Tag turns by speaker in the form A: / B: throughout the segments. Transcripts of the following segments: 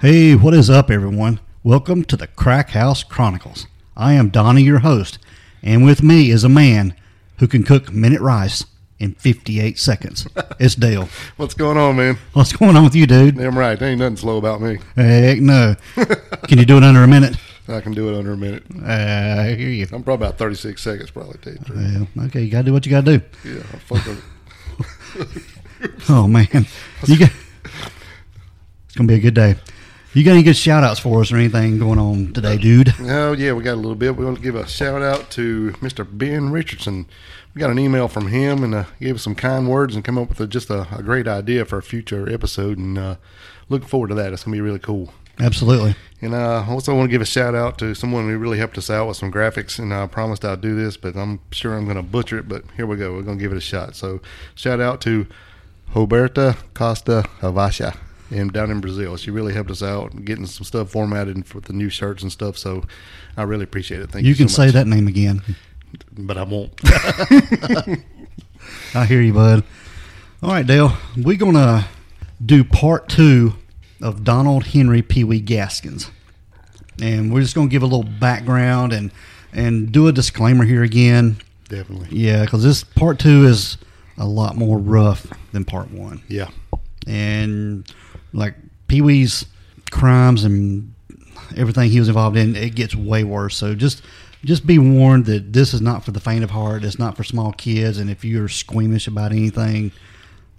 A: Hey, what is up, everyone? Welcome to the Crack House Chronicles. I am Donnie, your host, and with me is a man who can cook minute rice in 58 seconds. It's Dale.
B: What's going on, man?
A: What's going on with you, dude?
B: Damn right. There ain't nothing slow about me.
A: Heck no. Can you do it under a minute?
B: I can do it under a minute.
A: Uh, I hear you.
B: I'm probably about 36 seconds, probably. To tell you the truth.
A: Well, okay, you got to do what you got to do.
B: Yeah, I'll fuck with it.
A: Oh, man. You got, it's going to be a good day. You got any good shout outs for us or anything going on today, dude?
B: Oh, yeah, we got a little bit. We want to give a shout out to Mr. Ben Richardson. We got an email from him and uh, gave us some kind words and come up with a, just a, a great idea for a future episode. And uh, looking forward to that. It's going to be really cool.
A: Absolutely.
B: And uh, also want to give a shout out to someone who really helped us out with some graphics. And I promised I'd do this, but I'm sure I'm going to butcher it. But here we go. We're going to give it a shot. So shout out to Roberta Costa Havasha and down in Brazil. She really helped us out getting some stuff formatted and with the new shirts and stuff. So I really appreciate it. Thank you.
A: You can
B: so
A: say
B: much.
A: that name again.
B: but I won't.
A: I hear you, bud. All right, Dale. We're gonna do part two of Donald Henry Pee Wee Gaskins, and we're just gonna give a little background and and do a disclaimer here again.
B: Definitely.
A: Yeah, because this part two is a lot more rough than part one,
B: Yeah.
A: and like Pee Wee's crimes and everything he was involved in, it gets way worse. So just. Just be warned that this is not for the faint of heart. It's not for small kids. And if you're squeamish about anything,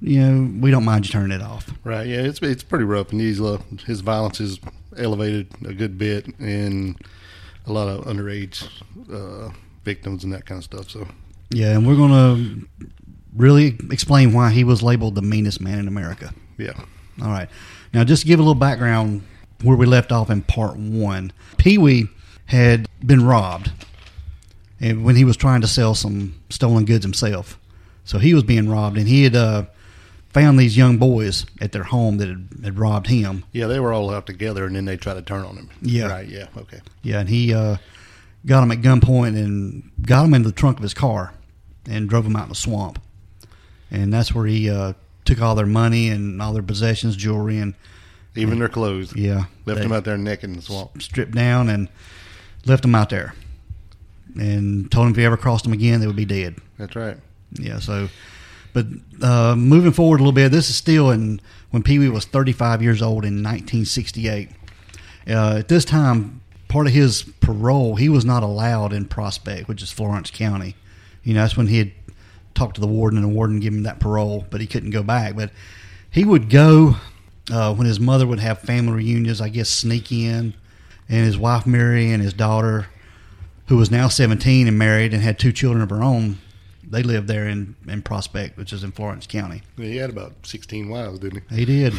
A: you know, we don't mind you turning it off.
B: Right. Yeah. It's it's pretty rough, and he's uh, his violence is elevated a good bit, and a lot of underage uh, victims and that kind of stuff. So
A: Yeah, and we're going to really explain why he was labeled the meanest man in America.
B: yeah.
A: All right. Now, just to give a little background where we left off in part one, Pee Wee had been robbed and when he was trying to sell some stolen goods himself. So he was being robbed, and he had uh, found these young boys at their home that had, had robbed him.
B: Yeah, they were all out together, and then they tried to turn on him.
A: Yeah.
B: Right. Yeah. Okay.
A: Yeah, and he uh, got him at gunpoint and got him in the trunk of his car and drove him out in the swamp. And that's where he uh, took all their money and all their possessions, jewelry, and
B: Even their clothes.
A: yeah,
B: Left
A: they
B: them out there naked in the swamp.
A: stripped down and left him out there. And told him if he ever crossed him again, they would be dead.
B: That's right.
A: Yeah, so, but uh, moving forward a little bit, this is still in when Pee Wee was 35 years old in 1968. Uh, at this time, part of his parole, he was not allowed in Prospect, which is Florence County. You know, that's when he had talked to the warden, and the warden gave him that parole, but he couldn't go back. But he would go uh, when his mother would have family reunions, I guess, sneak in, and his wife Mary and his daughter, who was now 17 and married and had two children of her own, they lived there in, in Prospect, which is in Florence County.
B: He had about sixteen wives, didn't
A: He did.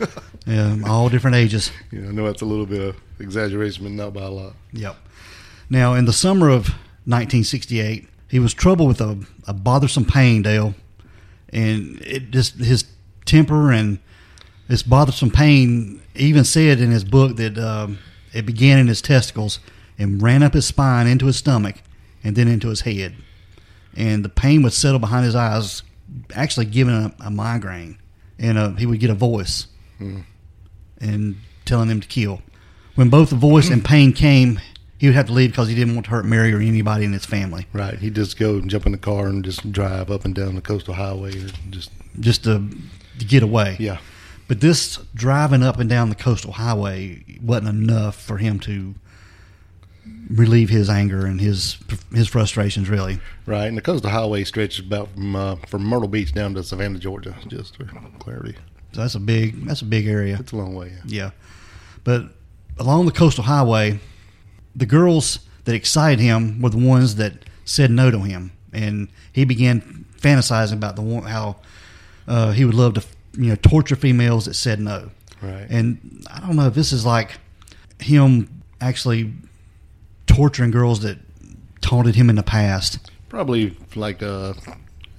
A: yeah, all different ages.
B: he? Yeah. I know that's a little bit of exaggeration, but not by a lot.
A: Yep. Now, in the summer of 1968, he was troubled with a, a bothersome pain, Dale, and it just his temper and this bothersome pain. Even said in his book that um, it began in his testicles and ran up his spine into his stomach and then into his head, and the pain would settle behind his eyes, actually giving him a, migraine, and uh, he would get a voice and telling him to kill. When both the voice and pain came, he would have to leave because he didn't want to hurt Mary or anybody in his family.
B: Right. He'd just go and jump in the car and just drive up and down the coastal highway, or just
A: just to, to get away.
B: yeah.
A: But this driving up and down the coastal highway wasn't enough for him to relieve his anger and his his frustrations. Really,
B: Right, and the coastal highway stretches about from uh, from Myrtle Beach down to Savannah, Georgia. Just for clarity,
A: so that's a big that's a big area.
B: it's a long way. yeah.
A: Yeah, but along the coastal highway, the girls that excited him were the ones that said no to him, and he began fantasizing about the one how uh, he would love to you know torture females that said no.
B: Right,
A: And I don't know if this is like him actually torturing girls that taunted him in the past.
B: probably like uh,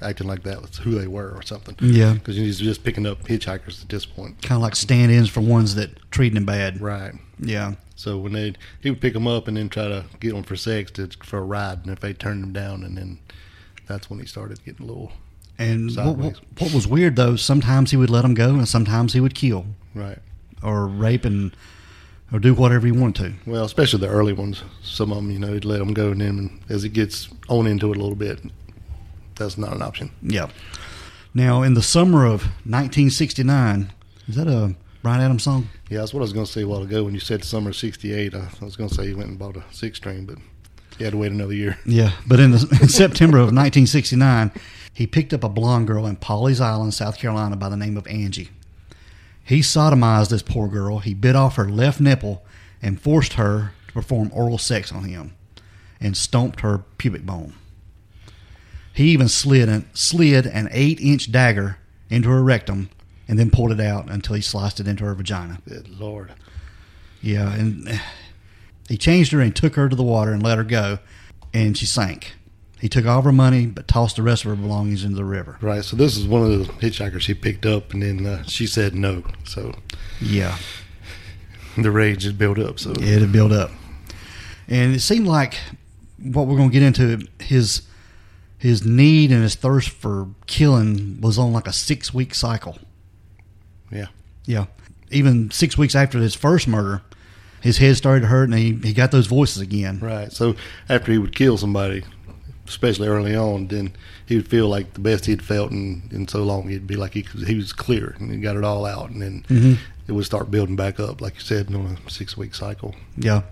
B: acting like that was who they were or something.
A: Yeah.
B: because he's just picking up hitchhikers at this point.
A: Kind of like stand ins for ones that treated him bad.
B: Right,
A: Yeah.
B: so when they he would pick them up and then try to get them for sex to, for a ride, and if they turned them down, and then that's when he started getting a little
A: And what, what,
B: Sideways.
A: what was weird though, sometimes he would let them go and sometimes he would kill.
B: right.
A: or rape and or do whatever he wanted to.
B: Well, especially the early ones. Some of them, you know, you'd let them go, and then as it gets on into it a little bit, that's not an option.
A: Yeah. Now, in the summer of 1969, is that a Brian Adams song?
B: Yeah, that's what I was going to say a while ago when you said summer '68. I I was going to say you went and bought a six string, but you had to wait another year.
A: Yeah. But in, the, in September of 1969, he picked up a blonde girl in Polly's Island, South Carolina, by the name of Angie. He sodomized this poor girl. He bit off her left nipple and forced her to perform oral sex on him and stomped her pubic bone. He even slid an, slid an eight inch dagger into her rectum and then pulled it out until he sliced it into her vagina.
B: Good lord.
A: Yeah, and eh, he changed her and took her to the water and let her go, and she sank. He took all of her money but tossed the rest of her belongings into the river.
B: Right. So this is one of the hitchhikers he picked up, and then uh, she said no. So
A: Yeah.
B: the rage had built up. So
A: It had built up, and it seemed like what we're going to get into his his need and his thirst for killing was on like a six week cycle.
B: yeah.
A: Yeah, even six weeks after his first murder, his head started to hurt, and he, he got those voices again.
B: Right. So after he would kill somebody, especially early on, then he would feel like the best he'd felt in, in so long. He'd be like he, he was clear and he got it all out, and then it would start building back up, like you said, on a six week cycle.
A: Yeah.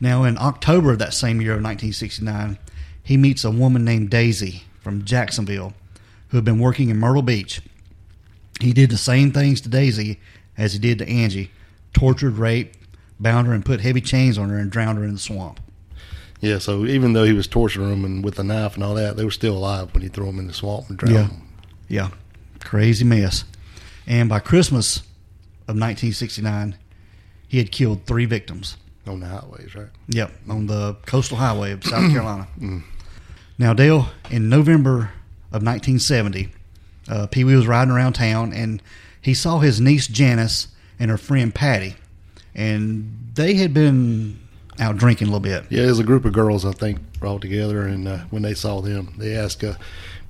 A: Now in October of that same year of 1969, he meets a woman named Daisy from Jacksonville, who had been working in Myrtle Beach. He did the same things to Daisy as he did to Angie: tortured, raped, bound her, and put heavy chains on her and drowned her in the swamp.
B: Yeah. So even though he was torturing them and with a knife and all that, they were still alive when he threw them in the swamp and drowned
A: Yeah.
B: them.
A: Yeah, crazy mess. And by Christmas of 1969, he had killed three victims.
B: on the highways. Right.
A: Yep, on the coastal highway of South Carolina. Now, Dale, in November of 1970, uh, Pee Wee was riding around town and he saw his niece Janice and her friend Patty, and they had been out drinking a little bit.
B: Yeah, there's a group of girls I think were all together, and uh, when they saw them, they asked uh,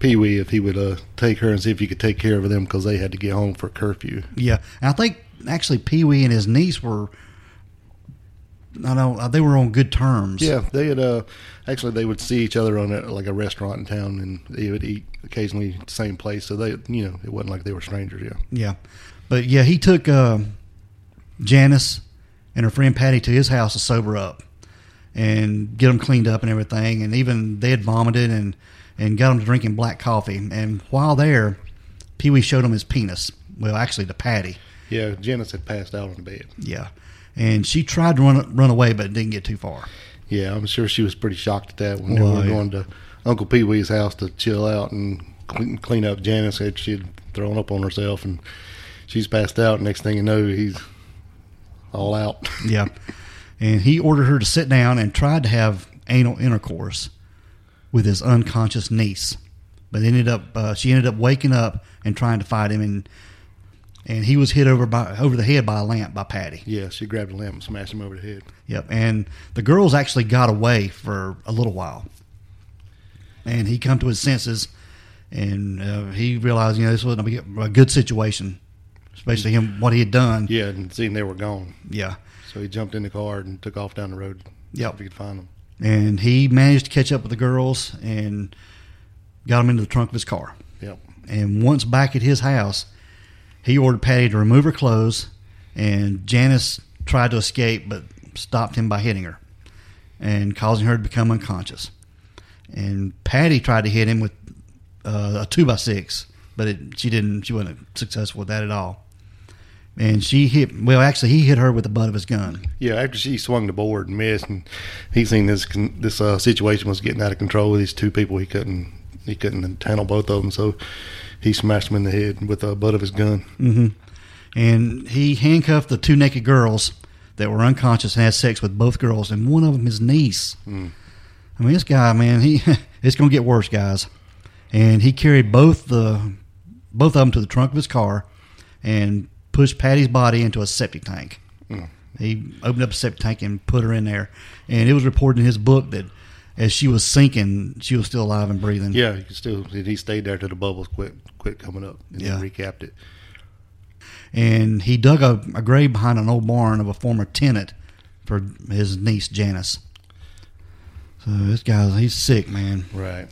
B: Pee Wee if he would uh, take her and see if he could take care of them because they had to get home for curfew.
A: Yeah, and I think actually Pee Wee and his niece were. I don't. uh, They were on good terms.
B: Yeah, they had uh, actually they would see each other on a, like a restaurant in town, and they would eat occasionally at the same place. So they, you know, it wasn't like they were strangers. Yeah,
A: Yeah, but yeah, he took um Janice and her friend Patty to his house to sober up and get them cleaned up and everything. And even they had vomited and and got them to drinking black coffee. And while there, Pee Wee showed him his penis. Well, actually, to Patty.
B: yeah. Janice had passed out on the bed.
A: Yeah, and she tried to run run away, but didn't get too far.
B: Yeah, I'm sure she was pretty shocked at that when
A: Well,
B: they were
A: yeah.
B: going to Uncle Pee Wee's house to chill out and clean, clean up. Janice said she'd thrown up on herself and she's passed out. Next thing you know, he's all out.
A: Yeah, and he ordered her to sit down and tried to have anal intercourse with his unconscious niece, but ended up uh, she ended up waking up and trying to fight him, and and he was hit over by over the head by a lamp by Patty.
B: yeah, she grabbed a lamp and smashed him over the head.
A: Yep, and the girls actually got away for a little while, and he come to his senses, and uh, he realized you know this wasn't a good situation, especially him what he had done.
B: Yeah, and seeing they were gone.
A: Yeah.
B: So he jumped in the car and took off down the road. see
A: Yep.
B: If he could find them.
A: and he managed to catch up with the girls and got them into the trunk of his car.
B: Yep.
A: And once back at his house, he ordered Patty to remove her clothes, and Janice tried to escape but stopped him by hitting her and causing her to become unconscious. And Patty tried to hit him with uh, a two by six, but it, she didn't. She wasn't successful with that at all. And she hit. Well, actually, he hit her with the butt of his gun.
B: Yeah, after she swung the board and missed, and he seen this con- this uh, situation was getting out of control with these two people. He couldn't he couldn't handle both of them, so he smashed them in the head with the butt of his gun.
A: and he handcuffed the two naked girls that were unconscious and had sex with both girls, and one of them his niece. I mean, this guy, man, he it's gonna get worse, guys. And he carried both the both of them to the trunk of his car and pushed Patty's body into a septic tank. He opened up a septic tank and put her in there. And it was reported in his book that as she was sinking, she was still alive and breathing.
B: Yeah, he could still he stayed there till the bubbles quit quit coming up, and
A: Yeah.
B: he recapped it.
A: and he dug a, a grave behind an old barn of a former tenant for his niece Janice. So this guy, he's sick, man.
B: Right.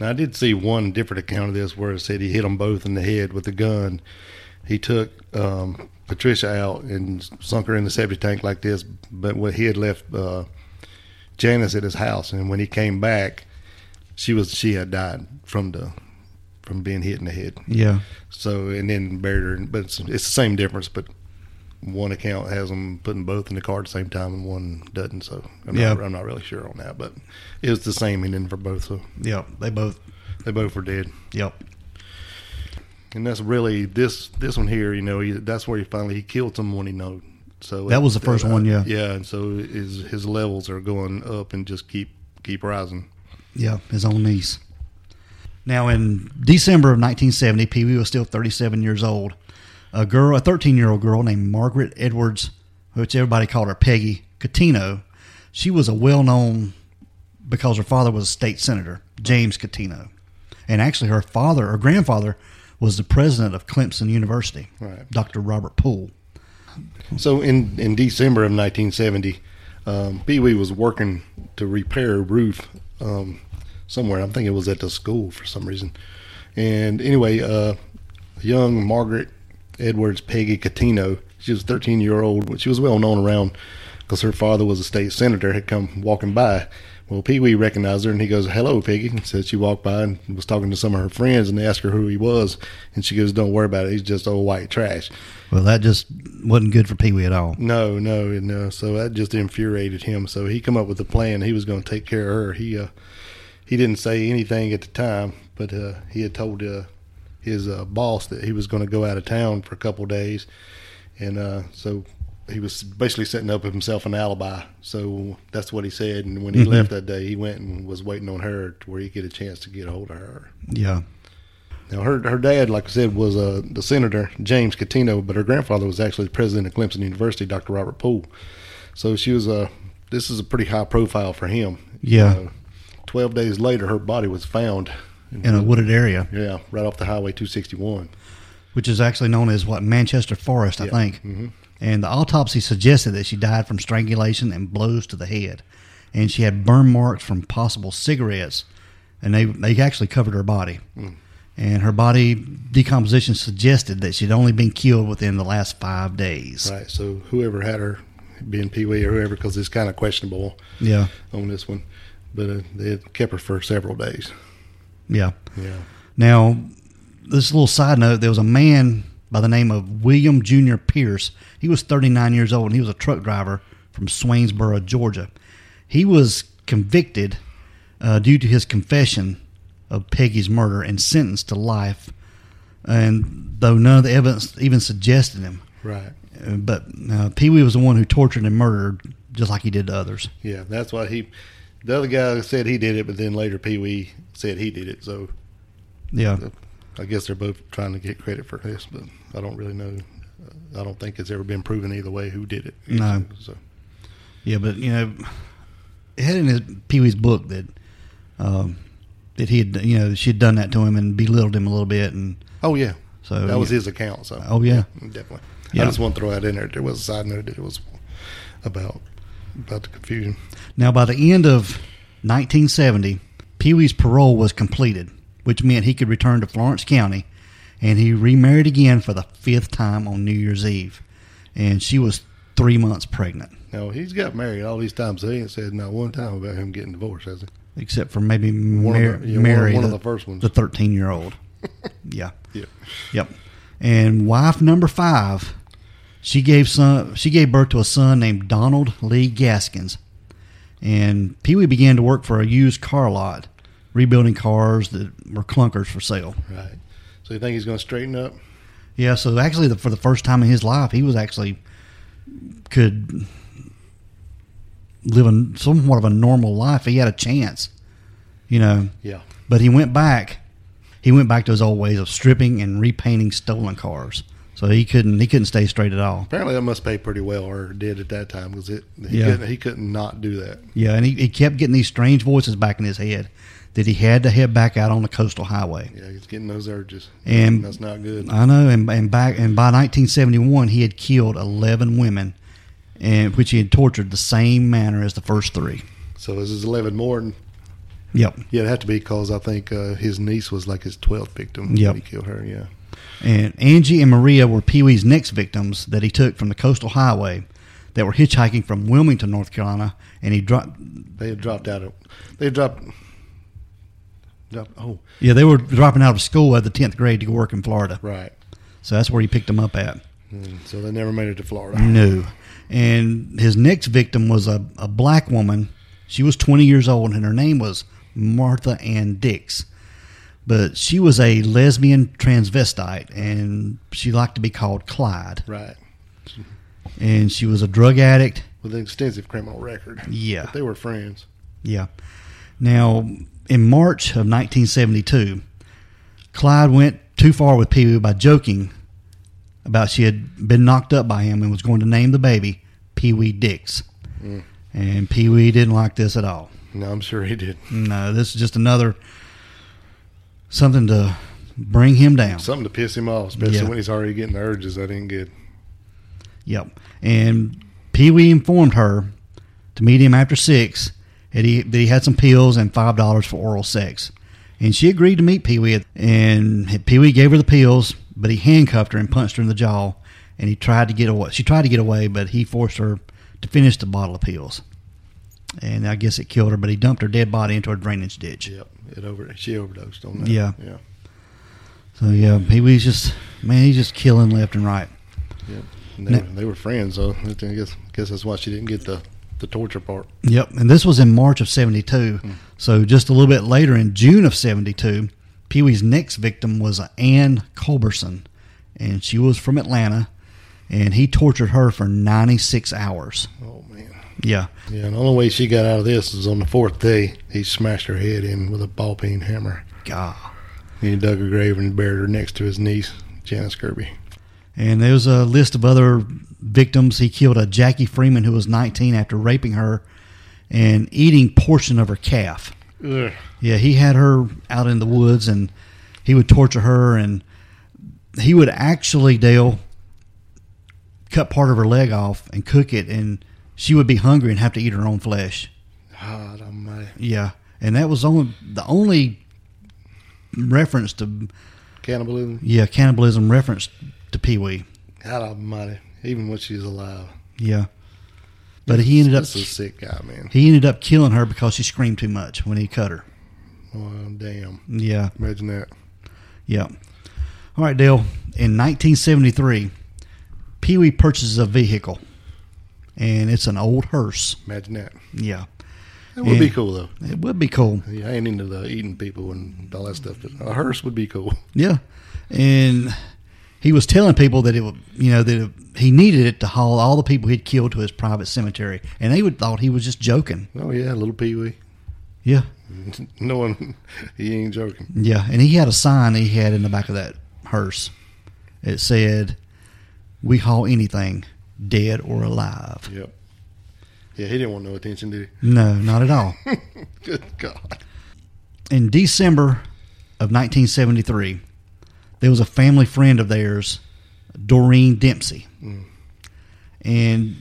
B: Now I did see one different account of this where it said he hit them both in the head with a gun. He took um, Patricia out and sunk her in the septic tank like this, but when he had left uh, Janice at his house, and when he came back, she was she had died from the from being hit in the head.
A: Yeah,
B: So and then buried her, but it's, it's the same difference. But one account has them putting both in the car at the same time, and one doesn't. So I'm
A: Yeah.
B: not, I'm not really sure on that, but it was the same ending for both. So
A: yep. They both,
B: they both were dead.
A: yep,
B: and that's really this this one here. You know, he, that's where he finally he killed someone he know. So uh,
A: That was the first one, yeah.
B: yeah. And so his his levels are going up and just keep keep rising.
A: yep. His own niece. Now, in December of 1970, Pee Wee was still 37 years old. A girl, a 13 year old girl named Margaret Edwards, which everybody called her Peggy Catino, she was a well known because her father was a state senator, James Catino. And actually, her father or grandfather was the president of Clemson University,
B: Right.
A: Dr. Robert Poole.
B: So in in December of 1970, um, Pee Wee was working to repair a roof um, somewhere. I think it was at the school for some reason. And anyway, uh, young Margaret Edwards Peggy Catino, she was 13 year old, but she was well known around because her father was a state senator. Had come walking by. Well, Pee Wee recognized her and he goes, "Hello, Peggy." And said she walked by and was talking to some of her friends and they asked her who he was, and she goes, "Don't worry about it. He's just old white trash."
A: Well, that just wasn't good for Pee Wee at all.
B: No, no, and uh, so that just infuriated him. So he come up with a plan. He was going to take care of her. He uh, he didn't say anything at the time, but uh, he had told uh, his uh, boss that he was going to go out of town for a couple days, and uh, so he was basically setting up himself an alibi. So that's what he said. And when he left that day, he went and was waiting on her to where he get a chance to get a hold of her.
A: Yeah.
B: Now her her dad, like I said, was uh, the senator James Catino, but her grandfather was actually the president of Clemson University, Dr. Robert Poole. So she was Uh, this is a pretty high profile for him.
A: Yeah.
B: Uh, Twelve days later, her body was found.
A: In a wooded area,
B: Yeah, right off the highway 261.
A: which is actually known as what Manchester Forest, I think. And the autopsy suggested that she died from strangulation and blows to the head, and she had burn marks from possible cigarettes, and they they actually covered her body. And her body decomposition suggested that she'd only been killed within the last five days.
B: Right. So whoever had her, being Pee Wee or whoever, because it's kind of questionable
A: Yeah,
B: on this one, but uh, they had kept her for several days.
A: yeah.
B: Yeah.
A: Now, this little side note: there was a man by the name of William Junior Pierce. He was 39 years old, and he was a truck driver from Swainsboro, Georgia. He was convicted uh, due to his confession of Peggy's murder and sentenced to life. And though none of the evidence even suggested him,
B: Right.
A: Uh, but uh, Pee Wee was the one who tortured and murdered, just like he did to others.
B: Yeah, that's why he. The other guy said he did it, but then later Pee Wee said he did it. So
A: Yeah,
B: I guess they're both trying to get credit for this, but I don't really know. Uh, I don't think it's ever been proven either way who did it.
A: No.
B: So
A: Yeah, but you know, it had in his Pee Wee's book that um, that he had, you know, she had done that to him and belittled him a little bit, and
B: oh yeah,
A: so
B: that was
A: yeah.
B: his account. So
A: Oh yeah,
B: definitely.
A: Yeah.
B: I just want to throw that in there. There was a side note that it was about about the confusion.
A: Now, by the end of 1970, Pee Wee's parole was completed, which meant he could return to Florence County, and he remarried again for the fifth time on New Year's Eve, and she was three months pregnant,
B: Now he's got married all these times. So he ain't said not one time about him getting divorced, has he?
A: except for maybe
B: One of
A: Mar-
B: the- yeah, one-
A: Mary,
B: one of
A: the-
B: the first ones.
A: the 13 year old. yeah.
B: Yeah.
A: Yep. And wife number five, she gave son she gave birth to a son named Donald Lee Gaskins. And Pee Wee began to work for a used car lot, rebuilding cars that were clunkers for sale.
B: Right. So you think he's going to straighten up?
A: Yeah, so actually, the, for the first time in his life, he was actually could live a, somewhat of a normal life. He had a chance, you know.
B: Yeah.
A: But he went back. He went back to his old ways of stripping and repainting stolen cars. So he couldn't he couldn't stay straight at all.
B: Apparently that must pay pretty well, or did at that time, because it he
A: Yeah.
B: couldn't he couldn't not do that.
A: Yeah, and he, he kept getting these strange voices back in his head that he had to head back out on the coastal highway.
B: Yeah, he's getting those urges.
A: And-
B: that's not good.
A: I know, and, and back and by 1971, he had killed 11 women, and which he had tortured the same manner as the first three.
B: So this is 11 more. And
A: Yep,
B: yeah, it'd have to be because I think uh, his niece was like his 12th victim.
A: Yep.
B: When he killed her, yeah.
A: and Angie and Maria were Pee Wee's next victims that he took from the coastal highway that were hitchhiking from Wilmington, North Carolina, and he dropped.
B: They had dropped out of. They had dropped. dropped oh,
A: Yeah, they were dropping out of school at the 10th grade to go work in Florida,
B: right.
A: so that's where he picked them up at.
B: Mm, So they never made it to Florida.
A: No. And his next victim was a, a black woman. She was 20 years old, and her name was Martha Ann Dix. But she was a lesbian transvestite, and she liked to be called Clyde.
B: Right.
A: And she was a drug addict.
B: With an extensive criminal record.
A: Yeah.
B: But they were friends.
A: Yeah. Now, in March of 1972, Clyde went too far with Pee Wee by joking about she had been knocked up by him and was going to name the baby Pee Wee Dix. And Pee Wee didn't like this at all.
B: No, I'm sure he did.
A: No, this is just another something to bring him down.
B: Something to piss him off, especially
A: Yeah.
B: when he's already getting the urges that ain't good.
A: Yep. And Pee Wee informed her to meet him after six that he, that he had some pills and five dollars for oral sex. And she agreed to meet Pee Wee. And Pee Wee gave her the pills, but he handcuffed her and punched her in the jaw. And he tried to get away. She tried to get away, but he forced her to finish the bottle of pills. And I guess it killed her, but he dumped her dead body into a drainage ditch.
B: Yep. It over. She overdosed on that.
A: Yeah.
B: Yeah.
A: So yeah, Pee Wee's just man, he's just killing left and right.
B: Yep. And they,
A: Now-
B: were, they were friends, though. I think- I guess, guess that's why she didn't get the, the torture part.
A: Yep, and this was in March of 72. So just a little bit later in June of 72, Pee Wee's next victim was Ann Culberson, and she was from Atlanta, and he tortured her for 96 hours.
B: Oh, man.
A: Yeah,
B: Yeah, and the only way she got out of this was on the fourth day. He smashed her head in with a ball peen hammer.
A: God.
B: He dug a grave and buried her next to his niece, Janice Kirby.
A: And there was a list of other victims. He killed a Jackie Freeman who was 19 after raping her and eating portion of her calf.
B: Ugh.
A: Yeah, he had her out in the woods, and he would torture her, and he would actually Dale cut part of her leg off and cook it, and she would be hungry and have to eat her own flesh.
B: God almighty.
A: Yeah, and that was only the only reference to
B: Cannibalism.
A: yeah cannibalism reference to Pee Wee.
B: God almighty. Even when she's alive.
A: Yeah, but he ended up
B: That's a sick guy, man.
A: he ended up killing her because she screamed too much when he cut her.
B: Oh, damn.
A: Yeah.
B: Imagine that.
A: Yeah. All right, Dale. In 1973, Pee Wee purchases a vehicle, and it's an old hearse.
B: Imagine that.
A: Yeah,
B: That would be
A: Yeah.
B: cool, though.
A: it would be cool.
B: Yeah, I ain't into the eating people and all that stuff, but a hearse would be cool.
A: Yeah, and he was telling people that it would, you know, that it- he needed it to haul all the people he'd killed to his private cemetery, and they would thought he was just joking.
B: Oh, yeah, little Pee Wee.
A: Yeah,
B: No one, he ain't joking.
A: yeah, and he had a sign he had in the back of that hearse. It said, "We haul anything, dead or alive."
B: Yep. Yeah, he didn't want no attention, did
A: No, not at all.
B: he? Good God.
A: in December of 1973, there was a family friend of theirs, Doreen Dempsey. And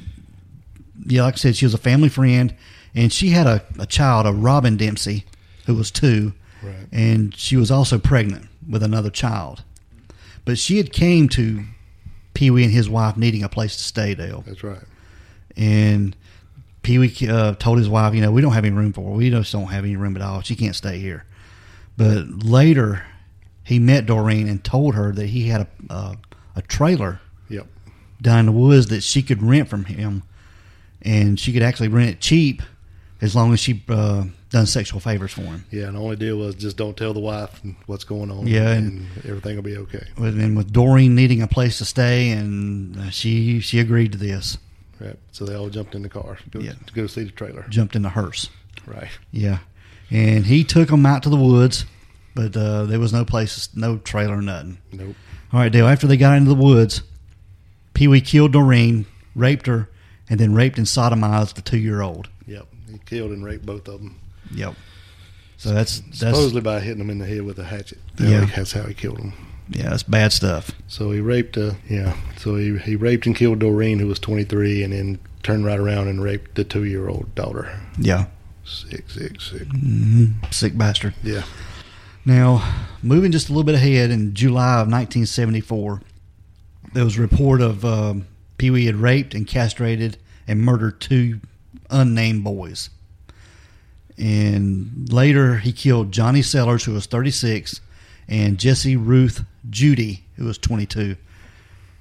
A: yeah, like I said, she was a family friend, and she had a, a child, a Robin Dempsey, who was two,
B: Right.
A: and she was also pregnant with another child. But she had came to Pee Wee and his wife needing a place to stay, Dale
B: That's right.
A: and Pee Wee uh, told his wife, you know, we don't have any room for her. We just don't have any room at all. She can't stay here. But later, he met Doreen and told her that he had a uh, a trailer
B: Yep.
A: down in the woods that she could rent from him, and she could actually rent it cheap as long as she uh, done sexual favors for him.
B: Yeah, and the only deal was just don't tell the wife what's going on.
A: Yeah,
B: and, everything will be okay.
A: With- And with Doreen needing a place to stay, and uh, she she agreed to this,
B: Right. So they all jumped in the car to go,
A: Yeah.
B: to go see the trailer.
A: jumped in the hearse.
B: Right.
A: Yeah, and he took them out to the woods, but uh, there was no place, no trailer, nothing.
B: Nope.
A: All right, Dale. After they got into the woods, Pee Wee killed Doreen, raped her, and then raped and sodomized the two-year-old.
B: Yep. He killed and raped both of them.
A: Yep. So that's that's
B: Supposedly by hitting him in the head with a hatchet. That
A: Yeah.
B: way- that's how he killed him.
A: yeah, that's bad stuff.
B: So he raped, uh, yeah. So he, he raped and killed Doreen, who was 23, and then turned right around and raped the two year old daughter.
A: Yeah,
B: Sick, sick, sick.
A: Mm. sick bastard.
B: Yeah.
A: Now, moving just a little bit ahead, in July of 1974, there was a report of um, Pee Wee had raped and castrated and murdered two unnamed boys. And later, he killed Johnny Sellers, who was 36, and Jesse Ruth Judy, who was 22.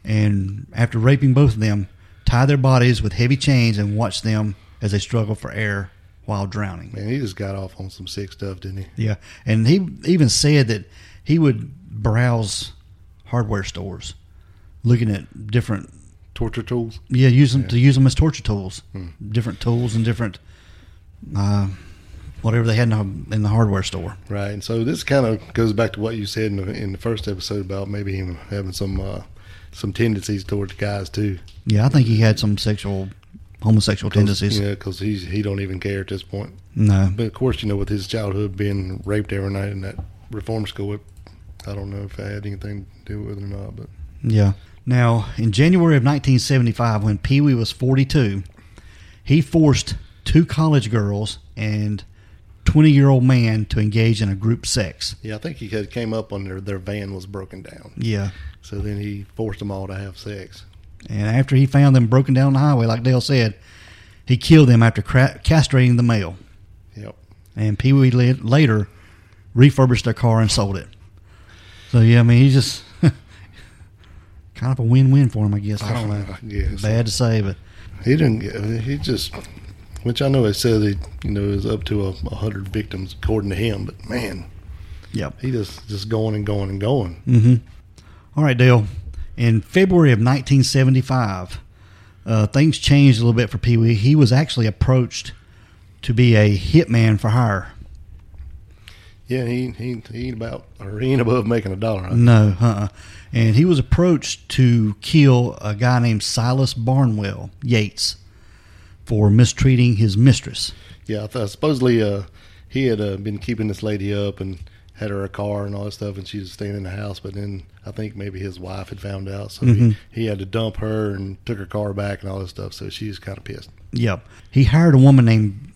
A: And after raping both of them, tied their bodies with heavy chains and watched them as they struggled for air while drowning.
B: Man, he just got off on some sick stuff, didn't he?
A: Yeah, and he even said that he would browse hardware stores, looking at different.
B: Torture tools.
A: Yeah, use them to use them as torture tools, different tools and different, uh, whatever they had in the, in the hardware store.
B: Right. And so this kind of goes back to what you said in the, in the first episode about maybe him having some uh, some tendencies towards guys, too.
A: Yeah, I think he had some sexual, homosexual tendencies.
B: Yeah, because he don't even care at this point.
A: No,
B: But of course, you know, with his childhood being raped every night in that reform school, it, I don't know if I had anything to do with it or not, but.
A: yeah. Now, in January of 1975, when Pee Wee was 42, he forced two college girls and 20 year old man to engage in a group sex.
B: Yeah, I think he had came up on their their van was broken down.
A: Yeah.
B: So then he forced them all to have sex.
A: And after he found them broken down on the highway, like Dale said, he killed them after cra- castrating the male.
B: Yep.
A: And Pee Wee la- later refurbished their car and sold it. So, yeah, I mean, he just kind of a win win for him, I guess. I don't know.
B: Yes.
A: Bad to say, but
B: He didn't. get- He just, which I know it says he, you know, is up to a, a hundred victims according to him. But man,
A: yeah.
B: he just just going and going and going.
A: All right, Dale. In February of 1975, uh, things changed a little bit for Pee Wee. He was actually approached to be a hitman for hire.
B: Yeah, he he he ain't about or he ain't above making a dollar. Huh?
A: No, uh-uh. And he was approached to kill a guy named Silas Barnwell Yates for mistreating his mistress.
B: Yeah, I th- supposedly uh, he had uh, been keeping this lady up and had her a car and all that stuff, and she was staying in the house. But then I think maybe his wife had found out, so he, he had to dump her and took her car back and all this stuff. So she was kind of pissed.
A: Yep. He hired a woman named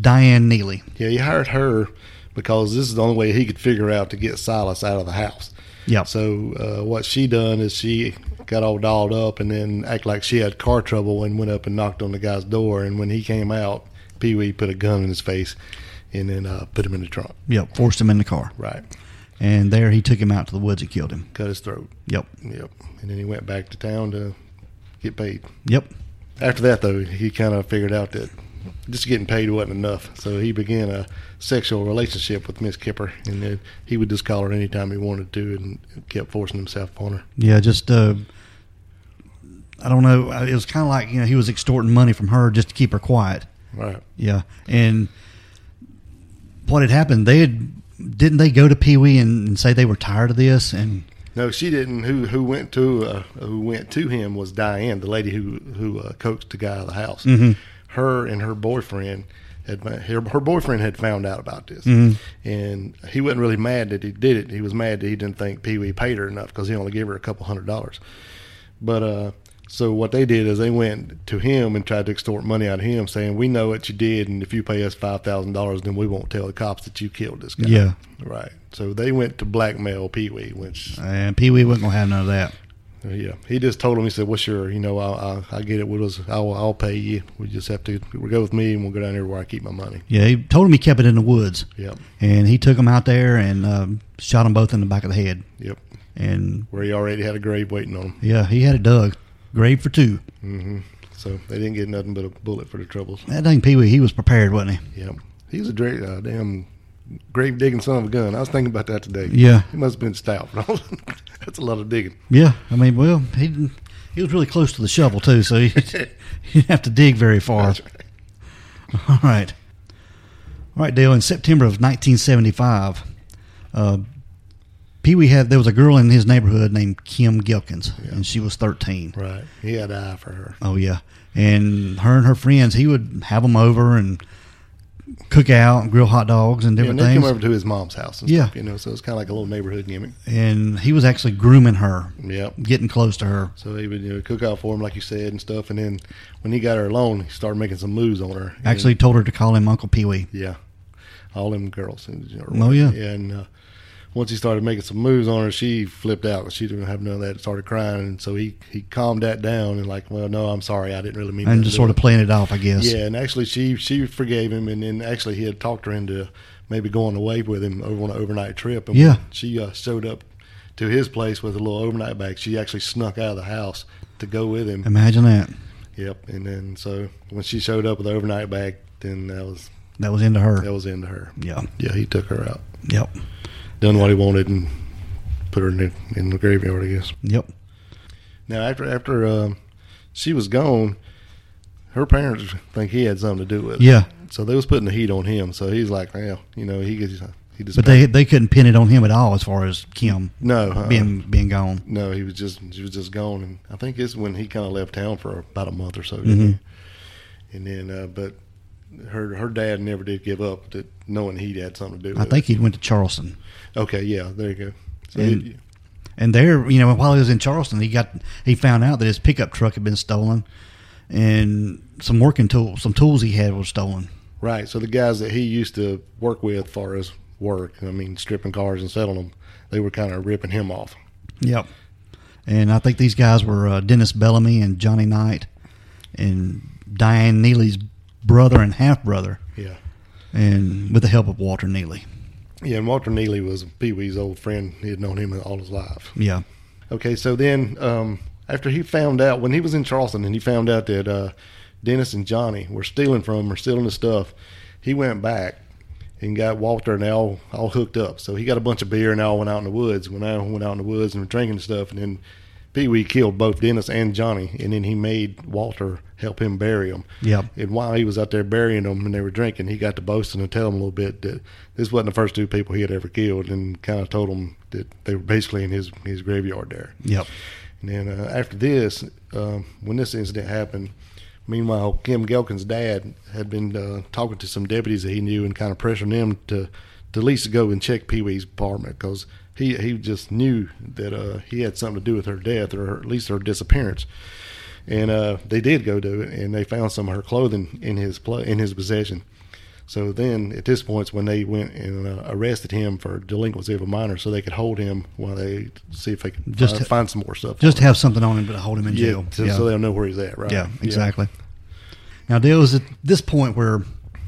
A: Diane Neely.
B: Yeah, he hired her because this is the only way he could figure out to get Silas out of the house.
A: Yep.
B: So uh, what she done is she got all dolled up and then act like she had car trouble and went up and knocked on the guy's door. And when he came out, Pee Wee put a gun in his face and then uh, put him in the trunk.
A: Yep. Forced him in the car.
B: Right.
A: And there he took him out to the woods and killed him.
B: Cut his throat.
A: Yep.
B: Yep. And then he went back to town to get paid.
A: Yep.
B: After that, though, he kind of figured out that just getting paid wasn't enough. So he began a sexual relationship with Miss Kipper, and then he would just call her anytime he wanted to and kept forcing himself upon her.
A: Yeah, just uh, I don't know. It was kind of like, you know, he was extorting money from her just to keep her quiet.
B: Right.
A: Yeah, and what had happened? They had didn't they go to Pee Wee and, and say they were tired of this? And
B: No, she didn't. Who who went to uh, who went to him was Diane, the lady who who uh, coaxed the guy out of the house. Her and her boyfriend had her, her boyfriend had found out about this, and he wasn't really mad that he did it. He was mad that he didn't think Pee Wee paid her enough because he only gave her a couple hundred dollars. But uh, so what they did is they went to him and tried to extort money out of him, saying, "We know what you did, and if you pay us five thousand dollars, then we won't tell the cops that you killed this guy."
A: Yeah.
B: right. So they went to blackmail Pee Wee, which
A: and Pee Wee wasn't gonna have none of that.
B: Uh, yeah, he just told him. He said, "Well, sure, you know, I I, I get it. We'll just, I'll, I'll pay you. We just have to we'll go with me, and we'll go down here where I keep my money."
A: Yeah, he told him he kept it in the woods.
B: Yep,
A: and he took them out there and um, shot them both in the back of the head.
B: yep.
A: And
B: Where he already had a grave waiting on him,
A: yeah, he had it dug, grave for two.
B: so they didn't get nothing but a bullet for the troubles.
A: That dang Pee Wee, he was prepared, wasn't he?
B: Yep, he's a dra- uh, damn grave digging son of a gun. I was thinking about that today.
A: Yeah.
B: he must have been stout. That's a lot of digging.
A: Yeah, I mean, well, he didn't, he was really close to the shovel too, so he, he didn't have to dig very far.
B: That's right.
A: All right. All right, Dale. In September of 1975, uh, Pee Wee had, there was a girl in his neighborhood named Kim Gilkins, and she was 13.
B: Right, he had an eye for her.
A: Oh, yeah. And her and her friends, he would have them over and cook out and grill hot dogs and
B: Yeah, and
A: different
B: they
A: things.
B: come over to his mom's house. And
A: Yeah.
B: stuff, you know, so it's kind of like a little neighborhood gimmick.
A: and he was actually grooming her,
B: Yep.
A: getting close to her.
B: So he would you know, cook out for him, like you said, and stuff. And then when he got her alone, he started making some moves on her. And-
A: Actually, told her to call him Uncle Pee Wee.
B: yeah, all them girls. and- or-
A: Oh, yeah.
B: And uh, once he started making some moves on her, she flipped out. She didn't have none of that. and Started crying, and so he he calmed that down and like, well, no, I'm sorry, I didn't really mean.
A: And
B: to
A: just
B: do
A: sort
B: it."
A: of playing it off, I guess.
B: Yeah, and actually she she forgave him, and then actually he had talked her into maybe going away with him over on an overnight trip. And
A: Yeah.
B: she uh, showed up to his place with a little overnight bag. She actually snuck out of the house to go with him.
A: Imagine that.
B: Yep, and then so when she showed up with the overnight bag, then that was
A: That was into her.
B: that was into her.
A: Yeah.
B: Yeah, he took her out,
A: Yep.
B: done what he wanted, and put her in the, in the graveyard, I guess.
A: Yep.
B: Now after after um, she was gone, her parents think he had something to do with it.
A: Yeah.
B: So they was putting the heat on him. So he's like, well, you know, he could, he just
A: But they they couldn't pin it on him at all as far as Kim
B: no uh,
A: being being gone.
B: no he was just she was just gone, and I think it's when he kind of left town for about a month or so,
A: Mhm.
B: and then uh, but her her dad never did give up that knowing he had something to do. With
A: I think he went to Charleston,
B: it. okay, yeah, there you go. So
A: And-
B: he-
A: and there you know while he was in Charleston, he got he found out that his pickup truck had been stolen, and some working tools, some tools he had were stolen.
B: Right. So the guys that he used to work with, far as work, I mean, stripping cars and selling them, they were kind of ripping him off.
A: Yep. And I think these guys were uh, Dennis Bellamy and Johnny Knight, and Diane Neely's brother and half brother,
B: Yeah.
A: and with the help of Walter Neely.
B: Yeah. And Walter Neely was Pee Wee's old friend. He had known him all his life.
A: Yeah.
B: Okay. So then, um, after he found out when he was in Charleston and he found out that uh, Dennis and Johnny were stealing from him or stealing his stuff, he went back and got Walter and they all all hooked up. So he got a bunch of beer and they all went out in the woods. When I went out in the woods and were drinking and stuff, and then Pee Wee killed both Dennis and Johnny, and then he made Walter help him bury them.
A: Yep.
B: And while he was out there burying them and they were drinking, he got to boasting and tell them a little bit that this wasn't the first two people he had ever killed, and kind of told them that they were basically in his his graveyard there.
A: Yep.
B: And then uh, after this, um, when this incident happened, meanwhile, Kim Gelkin's dad had been uh, talking to some deputies that he knew and kind of pressuring them to, to at least go and check Pee Wee's apartment because he, he just knew that uh, he had something to do with her death or at least her disappearance. And uh, they did go do it, and they found some of her clothing in his pl- in his possession. So then, at this point, is when they went and uh, arrested him for delinquency of a minor, so they could hold him while they see if they could
A: Just-
B: find, find some more stuff.
A: Just have something on him, but hold him in
B: Yeah,
A: jail.
B: so, so they'll know where he's at, right?
A: Yeah, exactly. Now there was at this point where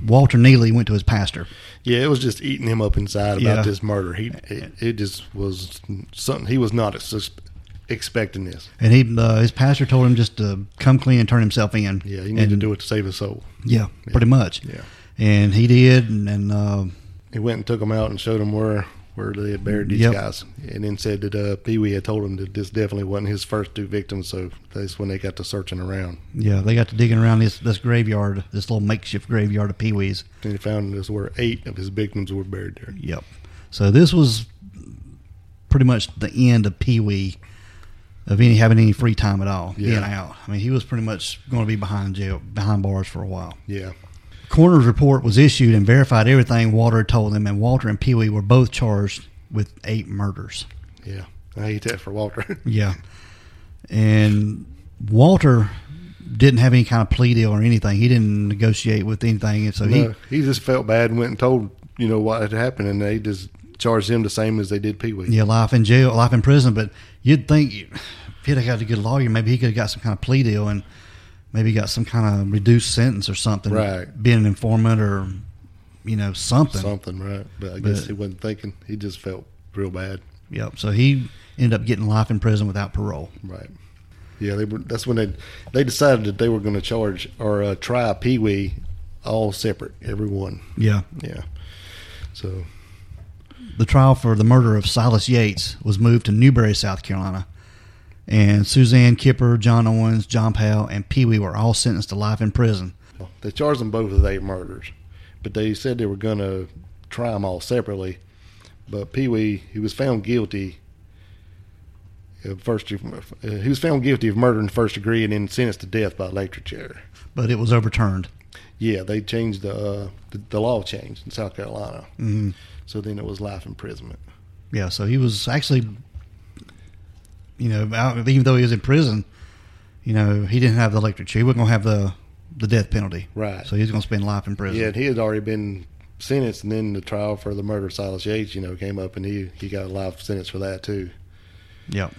A: Walter Neely went to his pastor.
B: Yeah, it was just eating him up inside about
A: Yeah.
B: this murder. He it, it just was something he was not sus- expecting this.
A: And he, uh, his pastor told him just to come clean and turn himself in.
B: Yeah, he needed to
A: And-
B: do it to save his soul.
A: Yeah, pretty much.
B: Yeah.
A: And he did, and, and uh,
B: He went and took him out and showed him where where they had buried these
A: Yep.
B: guys, and then said that uh, Pee Wee had told him that this definitely wasn't his first two victims. So that's when they got to searching around,
A: yeah, they got to digging around this this graveyard, this little makeshift graveyard of Pee Wee's.
B: and they found this where eight of his victims were buried there.
A: Yep. So this was pretty much the end of Pee Wee of any having any free time at all,
B: Yeah.
A: being out. I mean, he was pretty much going to be behind jail, behind bars for a while.
B: Yeah,
A: Coroner's report was issued and verified everything Walter had told them, and Walter and Pee Wee were both charged with eight murders.
B: yeah. I hate that for Walter.
A: Yeah. And Walter didn't have any kind of plea deal or anything. He didn't negotiate with anything, and so he
B: No, he just felt bad and went and told you know what had happened, and they just charged him the same as they did Pee Wee.
A: yeah, life in jail, life in prison. But you'd think you- if he'd have got a good lawyer, maybe he could have got some kind of plea deal and maybe got some kind of reduced sentence or something.
B: Right.
A: Being an informant or you know something.
B: Something, right? But I guess
A: But-
B: he wasn't thinking. He just felt real bad,
A: Yep. So he ended up getting life in prison without parole.
B: right? Yeah, they were. That's when they they decided that they were going to charge or uh, try Pee Wee all separate, everyone.
A: Yeah.
B: Yeah. So
A: The trial for the murder of Silas Yates was moved to Newberry, South Carolina. And Suzanne Kipper, John Owens, John Powell, and Pee Wee were all sentenced to life in prison.
B: they charged them both with eight murders, but they said they were going to try them all separately. But Pee Wee, he was found guilty. Of first, uh, he was found guilty of murder in the first degree and then sentenced to death by electric chair.
A: But it was overturned.
B: yeah, they changed the uh, the, the law changed in South Carolina. mm So then it was life imprisonment.
A: Yeah, so he was actually, you know, out, even though he was in prison, you know, he didn't have the electric chair. He wasn't going to have the the death penalty.
B: Right.
A: So he was going to spend life in prison.
B: Yeah, and he had already been sentenced, and then the trial for the murder of Silas Yates, you know, came up, and he he got a life sentence for that too.
A: Yeah.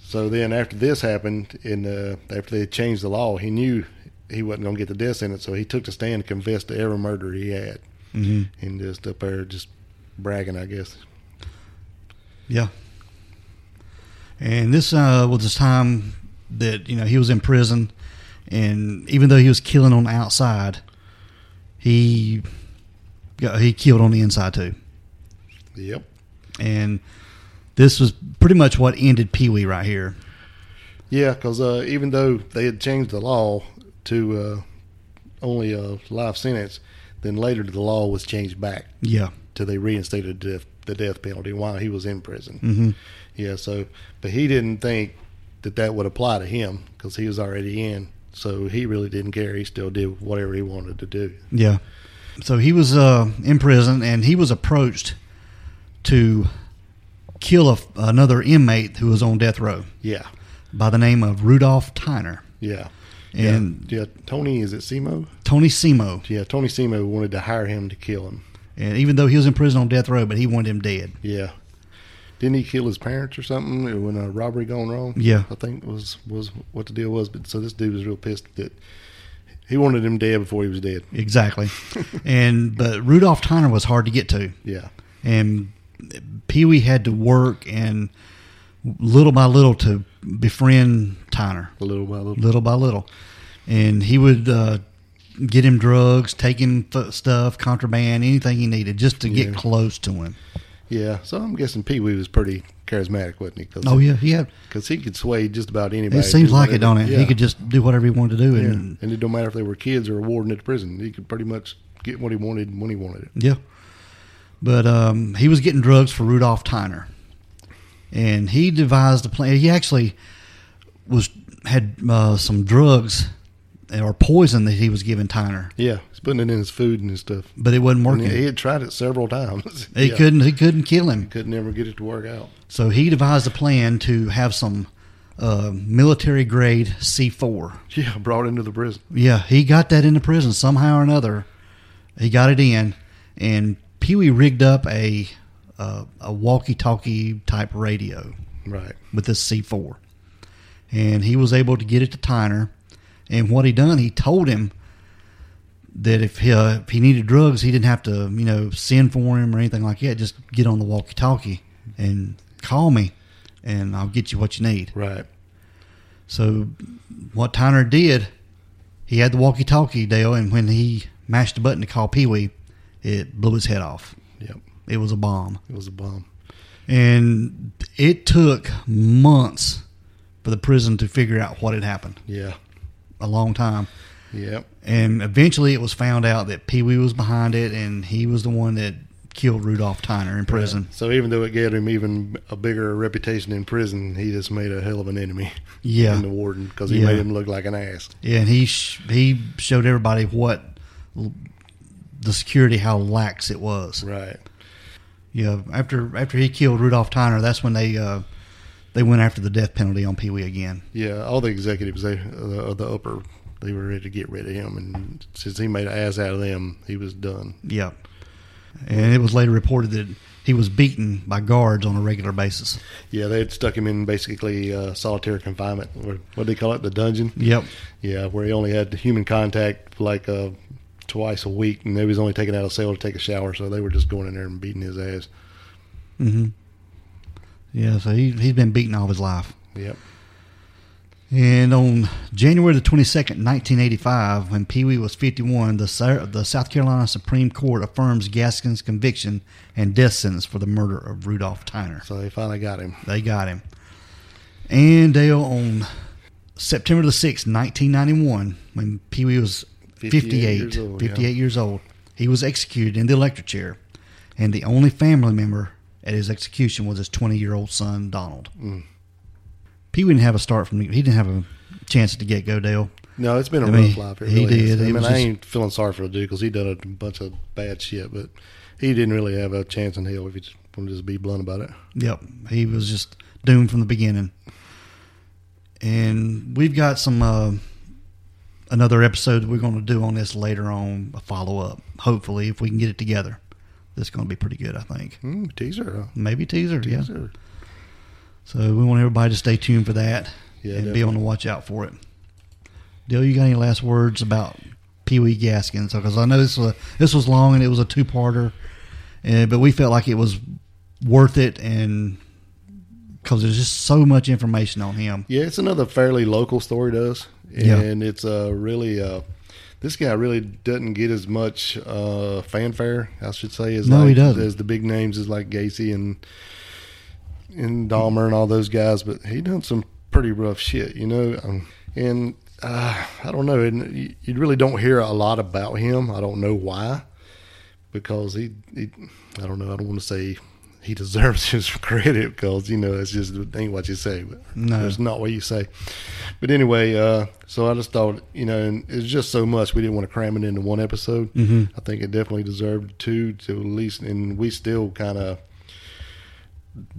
B: So then after this happened, and uh, after they changed the law, he knew he wasn't going to get the death sentence, so he took the stand and confessed to every murder he had,
A: hmm
B: and just up there just bragging, I guess.
A: Yeah. And this uh, was the time that you know he was in prison, and even though he was killing on the outside, he got, he killed on the inside too.
B: Yep.
A: And this was pretty much what ended Pee Wee right here.
B: Yeah, because uh, even though they had changed the law to uh, only a life sentence, then later the law was changed back
A: Yeah.
B: to they reinstated the death, the death penalty while he was in prison.
A: hmm
B: Yeah, so but he didn't think that that would apply to him because he was already in. So he really didn't care. He still did whatever he wanted to do.
A: Yeah. So he was uh, in prison, and he was approached to kill a, another inmate who was on death row
B: Yeah,
A: by the name of Rudolph Tyner
B: yeah,
A: and
B: yeah. yeah Tony is it Semo?
A: Tony Simo.
B: Yeah, Tony Semo wanted to hire him to kill him.
A: And even though he was in prison on death row, but he wanted him dead.
B: Yeah, didn't he kill his parents or something when a robbery gone wrong?
A: Yeah.
B: I think was was what the deal was. But so this dude was real pissed that he wanted him dead before he was dead.
A: Exactly. and but Rudolph Tyner was hard to get to,
B: Yeah,
A: and Pee Wee had to work and little by little to befriend Tyner.
B: little by little.
A: little by little. And he would uh, get him drugs, take him f- stuff, contraband, anything he needed just to get
B: Yeah.
A: close to him.
B: Yeah, so I'm guessing Pee Wee was pretty charismatic, wasn't he? 'Cause
A: Oh, yeah. He had,
B: because he could sway just about anybody.
A: it seems
B: Just
A: like it,
B: whatever-
A: don't it?
B: Yeah.
A: He could just do whatever he wanted to do.
B: yeah.
A: And
B: and it don't matter if they were kids or a warden at the prison. He could pretty much get what he wanted when he wanted it.
A: yeah. But um, he was getting drugs for Rudolph Tyner. And he devised a plan. He actually was had uh, some drugs or poison that he was giving Tyner,
B: Yeah, he's putting it in his food and his stuff.
A: but it wasn't
B: And
A: working.
B: he had tried it several times.
A: he
B: Yeah.
A: couldn't. He couldn't kill him.
B: couldn't ever get it to work out.
A: So he devised a plan to have some uh, military grade C4.
B: Yeah, brought into the prison.
A: Yeah, he got that into prison somehow or another. He got it in, and Pee Wee rigged up a uh, a walkie talkie type radio
B: Right.
A: with this C4, and he was able to get it to Tyner. And what he done, he told him that if he, uh, if he needed drugs, he didn't have to you know send for him or anything like that. Just get on the walkie talkie and call me, and I'll get you what you need.
B: Right.
A: So what Tyner did, he had the walkie talkie deal, and when he mashed the button to call Pee Wee, it blew his head off.
B: Yep.
A: It was a bomb.
B: It was a bomb.
A: And it took months for the prison to figure out what had happened.
B: Yeah.
A: A long time.
B: Yep.
A: And eventually it was found out that Pee Wee was behind it and he was the one that killed Rudolph Tyner in prison.
B: So even though it gave him even a bigger reputation in prison, he just made a hell of an enemy
A: Yeah.
B: in the warden because he
A: Yeah.
B: made him look like an ass.
A: Yeah, and he sh- he showed everybody what l- the security how lax it was.
B: Right.
A: Yeah, after after he killed Rudolph Tyner, that's when they uh, they went after the death penalty on Pee Wee again.
B: Yeah, all the executives, they uh, the upper, they were ready to get rid of him, and since he made an ass out of them, he was done.
A: Yeah, and it was later reported that he was beaten by guards on a regular basis.
B: Yeah, they had stuck him in basically uh, solitary confinement, or what do they call it, the dungeon.
A: Yep.
B: Yeah, where he only had human contact like uh, twice a week, and they was only taken out of cell to take a shower, so they were just going in there and beating his ass.
A: hmm Yeah, so he he's been beaten all his life.
B: Yep.
A: And on January the 22nd, 1985, when Pee Wee was 51, the, Sa- the South Carolina Supreme Court affirms Gaskin's conviction and death sentence for the murder of Rudolph Tyner.
B: So they finally got him.
A: They got him. And Dale, on September the 6th, 1991, when Pee Wee was 58, 58,
B: 58 years
A: years,
B: old,
A: old,
B: yeah.
A: he was executed in the electric chair. And the only family member at his execution was his 20 year old
B: Mm.
A: son, Donald. Pee Wee didn't have a start from the, he didn't have a chance to get go, Dale.
B: No, it's been a
A: I
B: rough
A: mean,
B: life. It
A: he
B: really is.
A: did.
B: I
A: He
B: mean,
A: was
B: I
A: just-
B: ain't feeling sorry for the dude because he done a bunch of bad shit, but he didn't really have a chance in hell if you just want to just be blunt about it.
A: Yep, he was just doomed from the beginning. And we've got some uh, another episode that we're going to do on this later on, a follow up. Hopefully, if we can get it together, that's going to be pretty good. I think
B: Mm, teaser, huh?
A: maybe teaser. Yeah.
B: Teaser.
A: So we want everybody to stay tuned for that
B: Yeah,
A: and be on the watch out for it. Dale, you got any last words about Pee Wee Gaskins? Because I know this was a, this was long and it was a two parter, but we felt like it was worth it and because there's just so much information on him.
B: Yeah, it's another fairly local story to us,
A: Yeah.
B: and it's uh, really uh, this guy really doesn't get as much uh, fanfare, I should say, as
A: No, he
B: like,
A: doesn't.
B: as the big names as like Gacy and and Dahmer and all those guys. But he done some pretty rough shit, you know, um, and uh, I don't know, and you, you really don't hear a lot about him. I don't know why, because he, he I don't know, I don't want to say. He deserves his credit because you know it's just it ain't what you say. But
A: No.
B: there's not what you say. But anyway, uh, so I just thought, you know, and it's just so much we didn't want to cram it into one episode.
A: Mhm.
B: I think it definitely deserved two to at least, and we still kind of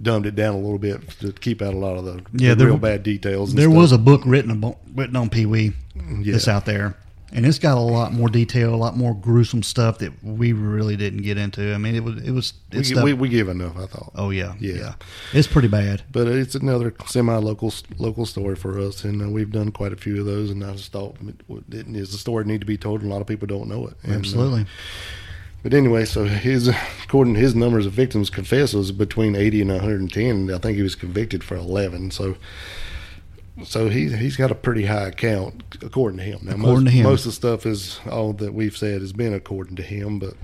B: dumbed it down a little bit to keep out a lot of the,
A: Yeah,
B: the
A: there
B: real
A: w-
B: bad details. And
A: There was a book written about, written on Pee Wee
B: Mm, Yeah.
A: that's out there, and it's got a lot more detail, a lot more gruesome stuff that we really didn't get into. I mean, it was it was
B: we,
A: it's
B: gi-
A: stuff-
B: we, we give enough, I thought.
A: oh yeah,
B: Yeah.
A: it's pretty bad.
B: But it's another semi-local local story for us, and uh, we've done quite a few of those. And I just thought, it is a story that need to be told, and a lot of people don't know it. And, uh,
A: Absolutely.
B: But anyway, so his according to his numbers of victims confessed was between eighty and one hundred and ten. I think he was convicted for eleven. So, so he he's got a pretty high count according to him. Now,
A: According
B: most,
A: to him.
B: most of the stuff is all that we've said has been according to him. But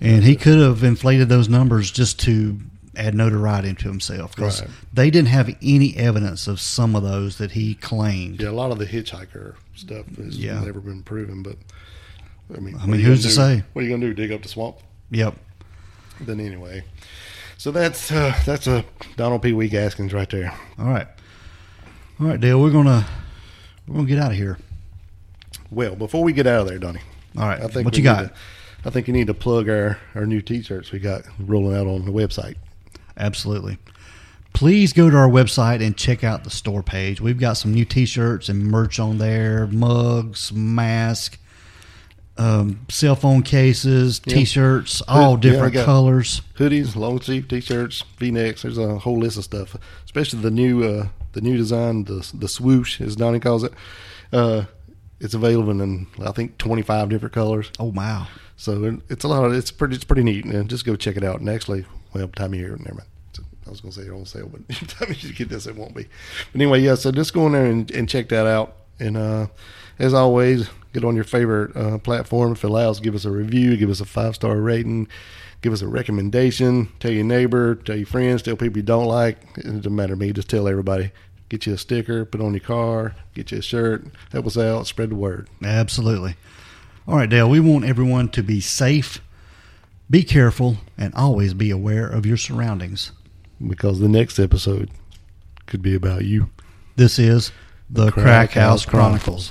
A: And he could have inflated those numbers just to add notoriety to himself because
B: Right.
A: they didn't have any evidence of some of those that he claimed.
B: yeah, a lot of the hitchhiker stuff has
A: Yeah.
B: never been proven. But I mean,
A: mean, who's to say?
B: What are you gonna do? Dig up the swamp?
A: Yep.
B: Then anyway, so that's uh, that's a Donald P. Wee Gaskins right there.
A: All right. All right, Dale. We're gonna we're gonna get out of here.
B: Well, before we get out of there, Donnie.
A: All right.
B: I think
A: what
B: we
A: you got?
B: need to- I think you need to plug our, our new T-shirts we got rolling out on the website.
A: Absolutely. Please go to our website and check out the store page. We've got some new T-shirts and merch on there: mugs, mask, um, cell phone cases, T-shirts, all
B: Yeah,
A: different
B: we got-
A: colors.
B: Hoodies, long sleeve T-shirts, V-necks. There's a whole list of stuff, especially the new uh, the new design, the the swoosh as Donnie calls it. Uh, it's available in I think 25 different colors.
A: Oh wow!
B: So it- it's a lot. Of, it's pretty. It's pretty neat. And just go check it out. And actually, well, by the time you hear it, never mind. I was gonna say it on sale, but by the time you get this, it won't be. But anyway, yeah. So just go in there and, and check that out. And uh, as always, get on your favorite uh, platform if it allows. Give us a review. Give us a five star rating. Give us a recommendation. Tell your neighbor. Tell your friends. Tell people you don't like. It doesn't matter to me. Just tell everybody. Get you a sticker. Put it on your car. Get you a shirt. Help us out. Spread the word.
A: Absolutely. All right, Dale, we want everyone to be safe, be careful, and always be aware of your surroundings.
B: because the next episode could be about you.
A: This is the, Crack,
B: Crack
A: House,
B: House
A: Chronicles.